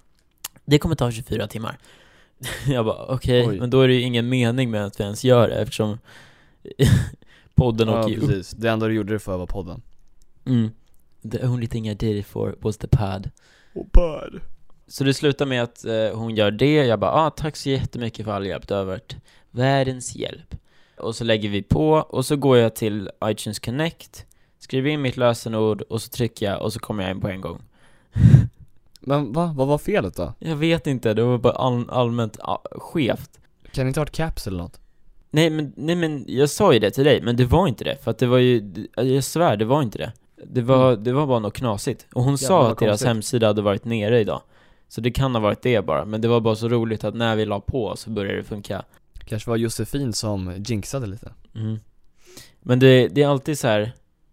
S1: Det kommer ta 24 timmar Jag bara okej
S2: Oj.
S1: men då är det ju ingen mening med att vi ens gör det eftersom Podden
S2: ja,
S1: åker ju upp
S2: precis. Det enda du gjorde det för var podden.
S1: Mm. The only thing I did it for was the pad.
S2: Och bad.
S1: Så det slutar med att eh, hon gör det, jag bara ah, tack så jättemycket för all hjälp, det har varit världens hjälp. Och så lägger vi på, och så går jag till iTunes Connect, skriver in mitt lösenord, och så trycker jag, och så kommer jag in på en gång.
S2: Men va? Vad var felet då?
S1: Jag vet inte, det var bara all, allmänt ah, skevt.
S2: Kan det inte ha varit caps eller något?
S1: Nej men, nej men, jag sa ju det till dig, men det var inte det, för att det var ju, jag svär, det var inte det. Det var, det var bara något knasigt. Och hon sa
S2: Mm. vad
S1: att deras
S2: konstigt.
S1: hemsida hade varit nere idag. Så det kan ha varit det bara, men det var bara så roligt att när vi la på så började det funka.
S2: Kanske var Josefin som jinxade lite.
S1: Mm. Men det, det är alltid så här,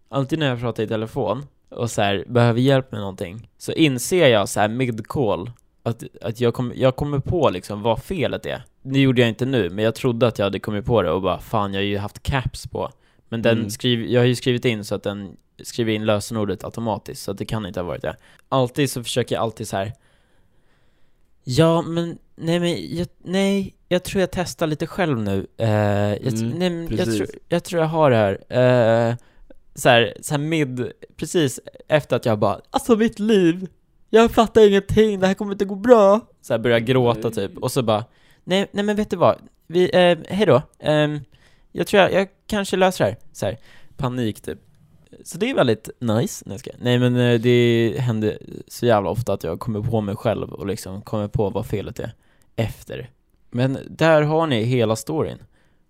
S1: alltid när jag pratar i telefon och så här, behöver hjälp med någonting, så inser jag så här mid-call att, att jag, kom, jag kommer på liksom vad felet är. Det gjorde jag inte nu, men jag trodde att jag hade kommit på det och bara fan, jag har ju haft caps på. Men den
S2: Mm.
S1: skriv, jag har ju skrivit in så att den skriver in lösenordet automatiskt, så att det kan inte ha varit det. Alltid så försöker jag alltid så här. Ja, men nej, men jag, nej, jag tror jag testar lite själv nu. Eh, jag,
S2: Mm,
S1: nej, men jag,
S2: precis.
S1: tror, jag tror jag har det här. Eh, så här, så här mid, precis efter att jag bara Alltså mitt liv, jag fattar ingenting, det här kommer inte gå bra. Så här börjar jag gråta typ, och så bara Nej, nej men vet du vad? Vi, eh, hejdå. Ehm, jag tror jag, jag kanske löser det här. Så här, panik typ. Så det är väldigt nice. Nej, jag skojar. nej men eh, det händer så jävla ofta att jag kommer på mig själv och liksom kommer på vad felet är efter. Men där har ni hela storyn.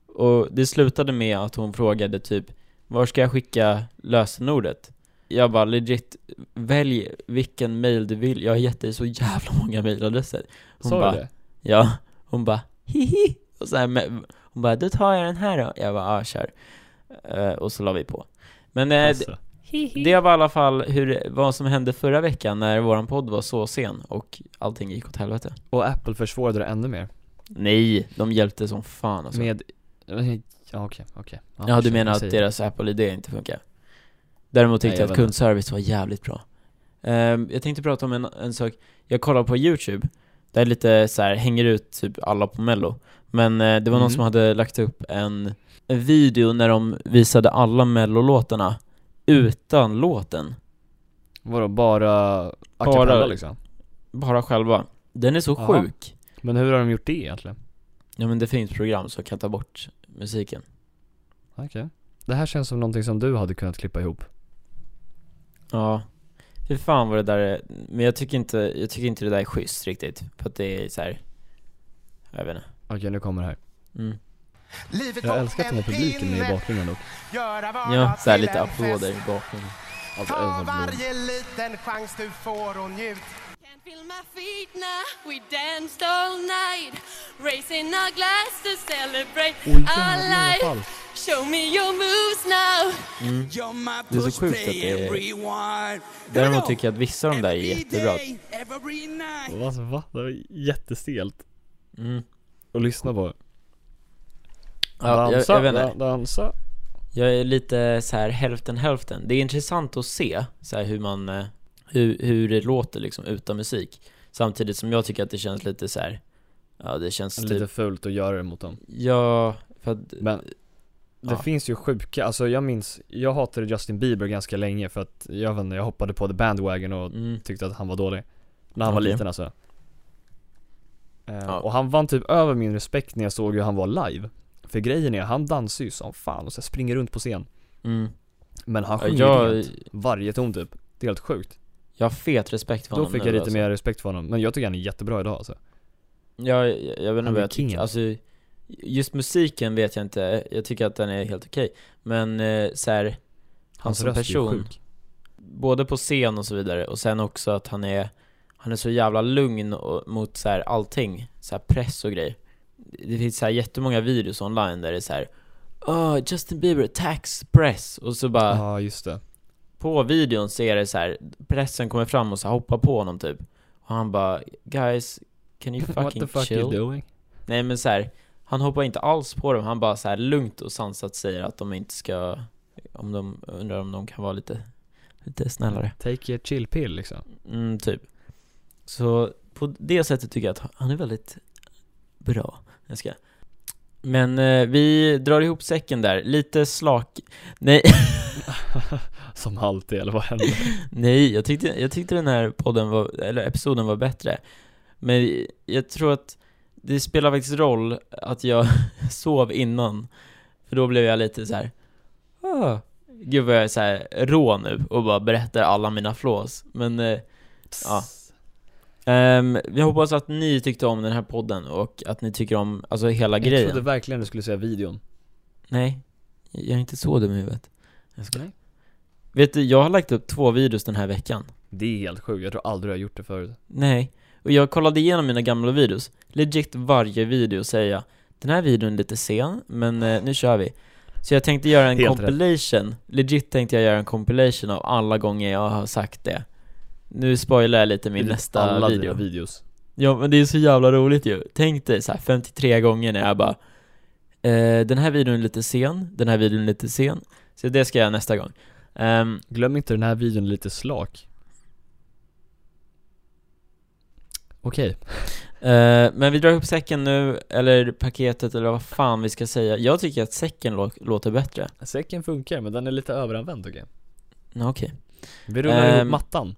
S1: Och det slutade med att hon frågade typ Var ska jag skicka lösenordet? Jag bara legit, välj vilken mail du vill. Jag har gett dig så jävla många mailadresser. Hon
S2: Sa
S1: bara,
S2: du det?
S1: Ja, hon bara hihi och så här med, hon bara då tar jag den här då. Jag bara ah kör. Eh, och så la vi på. Men eh,
S2: Alltså.
S1: det, det var i alla fall hur, vad som hände förra veckan när våran podd var så sen och allting gick åt helvete.
S2: Och Apple försvårade det ännu mer.
S1: Nej, de hjälpte som fan alltså.
S2: Med... eh, Ja okej, okej.
S1: Ja du
S2: ursäkta,
S1: menar
S2: jag
S1: att
S2: säger-
S1: deras Apple-ID inte funkar? Däremot tyckte jag
S2: Nej, jag
S1: att
S2: vet inte.
S1: kundservice var jävligt bra Ehm, Jag tänkte prata om en, en sak, jag kollade på youtube Där lite så här hänger ut typ alla på mello Men eh, det var någon
S2: Mm.
S1: som hade lagt upp en, en video när de visade alla mellolåtarna Utan låten,
S2: Vadå, bara... a cappella, liksom?
S1: bara själva Den är så
S2: Jaha.
S1: sjuk
S2: Men hur har de gjort det egentligen?
S1: Ja men det finns program som kan ta bort musiken
S2: Okej Det här känns som någonting som du hade kunnat klippa ihop
S1: Ja, hur fan vad det där är, men jag tycker inte, jag tycker inte det där är schysst riktigt, för att det är så här. jag vet inte
S2: Okej, nu kommer det här
S1: mm.
S4: Livet
S2: Jag älskar att den här publiken är i bakgrunden dock
S4: Göra vardag
S1: Ja, så här
S4: till
S1: lite
S4: en
S1: applåder i
S4: fest.
S1: bakgrunden
S2: Alltså
S4: Ta
S2: överblod
S4: varje liten chans du får och njut.
S5: Can't feel my feet now. We danced all night, raising our glass to celebrate
S2: Oj
S5: our
S2: jävlar vad
S5: life.
S2: falskt
S5: Show me your moves now.
S1: Det är så sjukt att det är Däremot tycker jag att vissa av de där är jättebra
S2: Alltså va? Det var jättestelt
S1: mm.
S2: att lyssna på
S1: ja, jag, jag vet inte,
S2: dan- dansa
S1: jag är lite så här hälften hälften Det är intressant att se så här hur man, eh, hur, hur det låter liksom utan musik Samtidigt som jag tycker att det känns lite så här. ja det känns
S2: Lite
S1: typ,
S2: fult att göra det mot dem
S1: ja, för att,
S2: Men det
S1: Ja.
S2: finns ju sjuka, alltså jag minns, jag hatade Justin Bieber ganska länge för att jag vet inte, jag hoppade på the bandwagon och
S1: mm,
S2: tyckte att han var dålig När han var
S1: Okej.
S2: liten alltså Eh,
S1: Ja.
S2: Och han vann typ över min respekt när jag såg hur han var live För grejen är, han dansar ju som fan och så här springer runt på scen
S1: mm.
S2: Men han
S1: Ja,
S2: sjunger
S1: jag-
S2: jag... varje ton typ Det är helt sjukt
S1: Jag har fet respekt för
S2: Då
S1: honom
S2: fick
S1: nu,
S2: jag lite
S1: alltså.
S2: mer respekt för honom, men jag tycker han är jättebra idag alltså
S1: Ja, jag, jag vet inte
S2: Han
S1: vad
S2: är
S1: jag tycker,
S2: kingen.
S1: alltså Just musiken vet jag inte, jag tycker att den är helt okej Men eh, så här, han
S2: Hans
S1: som
S2: röst är ju
S1: person,
S2: sjuk
S1: både på scen och så vidare Och sen också att han är, han är så jävla lugn och, mot så här allting så här press och grejer Det finns så här jättemånga videos online där det är så här Oh, Justin Bieber attacks press och så bara
S2: Ja ah, just det
S1: på videon så är det så här, pressen kommer fram och så här, hoppar på honom typ Och han bara 'Guys, can you
S2: What the
S1: fucking
S2: fuck you
S1: chill?'
S2: doing?
S1: Nej men så här, han hoppar inte alls på dem, han bara så här lugnt och sansat säger att de inte ska, om de, undrar om de kan vara lite, lite snällare.
S2: Take a chill pill liksom
S1: Mm, typ. Så på det sättet tycker jag att han är väldigt bra. Jag ska. Men eh, vi drar ihop säcken där, lite slak... Nej,
S2: Som alltid eller vad händer?
S1: nej jag, tyckte, jag tyckte den här podden var, eller episoden var bättre. Men jag tror att det spelar faktiskt roll att jag sov innan. För då blev jag lite så här. Ah, gud vad jag är så här rå nu och bara berättar alla mina flås. Men eh, Ja. ehm, vi hoppas att ni tyckte om den här podden och att ni tycker om, alltså hela
S2: Jag
S1: grejen.
S2: trodde verkligen du skulle säga videon
S1: Nej, jag är inte så dum i huvudet. Jag ska...
S2: Nej.
S1: Vet du, jag har lagt upp två videos den här veckan.
S2: Det är helt sjukt, jag tror aldrig jag har gjort det förut
S1: Nej, och jag kollade igenom mina gamla videos. Legit varje video säger jag, den här videon är lite sen, men eh, nu kör vi. Så jag tänkte göra en
S2: Helt rätt.
S1: compilation, legit tänkte jag göra en compilation av alla gånger jag har sagt det. Nu spoilar jag lite min
S2: Det är
S1: nästa
S2: Typ alla
S1: video.
S2: dina videos
S1: Ja men det är så jävla roligt ju. Tänk dig så här 53 gånger när jag bara eh, Den här videon är lite sen, den här videon är lite sen. Så det ska jag göra nästa gång. Ehm,
S2: Glöm inte den här videon är lite slak Okej,
S1: eh, men vi drar ihop säcken nu, eller paketet eller vad fan vi ska säga. Jag tycker att säcken lå- låter bättre.
S2: säcken funkar men den är lite överanvänd okej
S1: Ja, Okej,
S2: Vi rullar
S1: Ehm.
S2: ihop mattan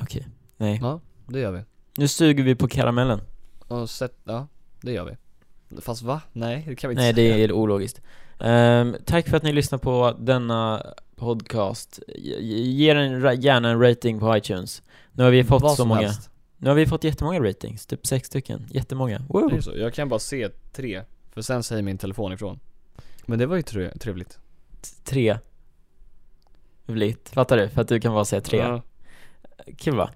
S1: okej. Nej.
S2: Ja, det gör vi
S1: Nu suger vi på karamellen.
S2: Och sätt, ja, det gör vi Fast va? Nej, det kan vi inte
S1: Nej,
S2: säga
S1: det är ologiskt. Ehm, tack för att ni lyssnar på denna podcast. Ge- Ge den ra- gärna en rating på iTunes. Nu har vi fått
S2: Vad
S1: så
S2: som
S1: många.
S2: helst.
S1: Nu har vi fått jättemånga ratings, typ sex stycken. Jättemånga. Wow.
S2: Det är så, jag kan bara se tre För sen säger min telefon ifrån Men det var ju tre- trevligt
S1: Tre. Vlitt. Fattar du? För att du kan bara säga tre.
S2: Ja.
S1: Kul va?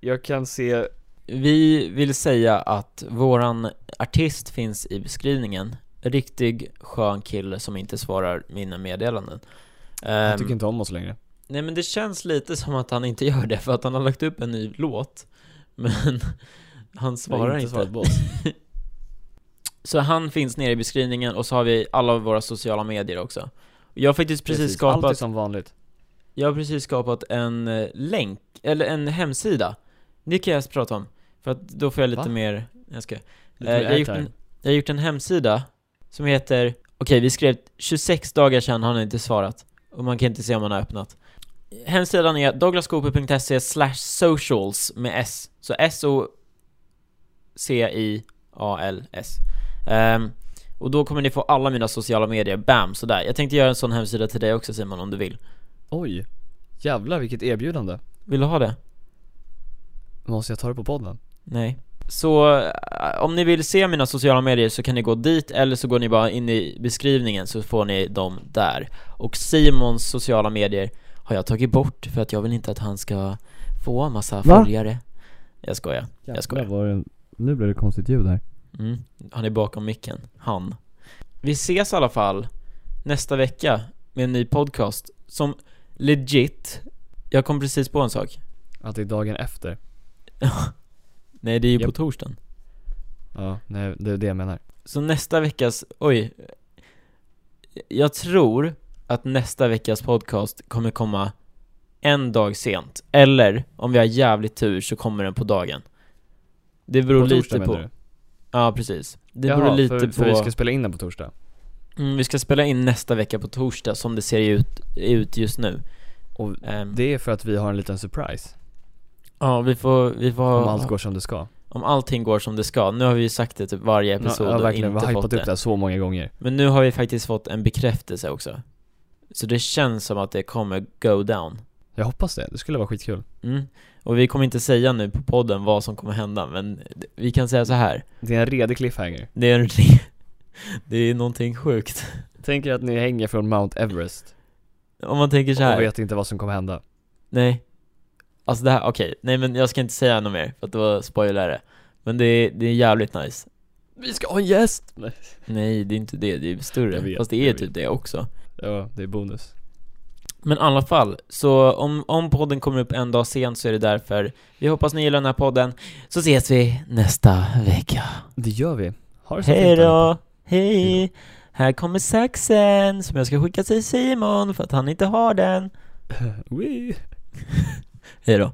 S2: Jag kan se
S1: Vi vill säga att våran artist finns i beskrivningen. Riktig skön kille som inte svarar mina meddelanden.
S2: Jag
S1: Ehm,
S2: tycker inte om oss längre
S1: Nej men det känns lite som att han inte gör det för att han har lagt upp en ny låt. Men han
S2: Jag har
S1: svarar inte.
S2: svarat på oss.
S1: Så han finns nere i beskrivningen och så har vi alla våra sociala medier också. Jag har faktiskt precis,
S2: Precis,
S1: skapat Eh,
S2: Allt är som vanligt
S1: Jag har precis skapat en eh, länk, eller en hemsida Det kan jag prata om, för att då får jag lite
S2: Va?
S1: mer, jag ska eh, jag,
S2: Lite
S1: har
S2: mer
S1: gjort
S2: airtime.
S1: en, jag har gjort en hemsida som heter, okej vi skrev 26 dagar sedan har han inte svarat Och man kan inte se om han har öppnat Hemsidan är douglascooper.se slash socials med s Så s o c i a l s Ehm, Och då kommer ni få alla mina sociala medier, bam, sådär. Jag tänkte göra en sån hemsida till dig också Simon, om du vill.
S2: Oj, jävlar vilket erbjudande
S1: Vill du ha det?
S2: Måste jag ta det på podden?
S1: Nej. Så eh, om ni vill se mina sociala medier så kan ni gå dit, eller så går ni bara in i beskrivningen så får ni dem där. Och Simons sociala medier har jag tagit bort för att jag vill inte att han ska få massa
S2: Va?
S1: följare. Jag skojar, jag skojar.
S2: Nu blev det konstigt ljud här
S1: Mm. Han är bakom micken. Han. Vi ses i alla fall nästa vecka med en ny podcast som legit, jag kom precis på en sak.
S2: Att det är dagen efter
S1: Nej, det är ju på
S2: Japp.
S1: torsdagen.
S2: Ja, nej det är det jag menar
S1: Så nästa veckas, oj. Jag tror att nästa veckas podcast kommer komma en dag sent. Eller om vi har jävligt tur så kommer den på dagen. Det beror
S2: På torsdag
S1: lite
S2: menar
S1: på...
S2: du?
S1: Ja, precis. Det
S2: Jaha,
S1: beror lite
S2: för,
S1: på...
S2: för vi ska spela in den på torsdag
S1: Mm, vi ska spela in nästa vecka på torsdag som det ser ut, ut just nu.
S2: Och
S1: Ehm,
S2: det är för att vi har en liten surprise
S1: ja, vi får, vi får
S2: Om allt går som det ska
S1: om allting går som det ska. Nu har vi ju sagt det typ varje
S2: Ja,
S1: episod
S2: ja
S1: och
S2: verkligen, vi
S1: inte
S2: har
S1: fått
S2: hypat
S1: det.
S2: upp det här så många gånger
S1: Men nu har vi faktiskt fått en bekräftelse också. Så det känns som att det kommer go down.
S2: Jag hoppas det, det skulle vara skitkul
S1: Mm. Och vi kommer inte säga nu på podden vad som kommer hända, men d- vi kan säga så här.
S2: Det är en redig cliffhanger
S1: Det är, en, det är någonting sjukt.
S2: Tänk er att ni hänger från Mount Everest
S1: Om man tänker så här.
S2: och vet inte vad som kommer hända
S1: Nej. Alltså det här, okej. Nej men jag ska inte säga något mer för att då spoilar det. Men det är, det är jävligt nice.
S2: Vi ska ha en gäst! Nej.
S1: Nej, det är inte det. Det är större.
S2: Jag vet,
S1: Fast det är
S2: jag
S1: typ det också.
S2: Ja, det är bonus
S1: Men i alla fall, så om, om podden kommer upp en dag sen så är det därför. Vi hoppas ni gillar den här podden. Så ses vi nästa vecka.
S2: Det gör vi Ha det så
S1: Hej
S2: fint allihopa.
S1: då! Hej! Här kommer saxen som jag ska skicka till Simon för att han inte har den.
S2: Wee.
S1: Hej då.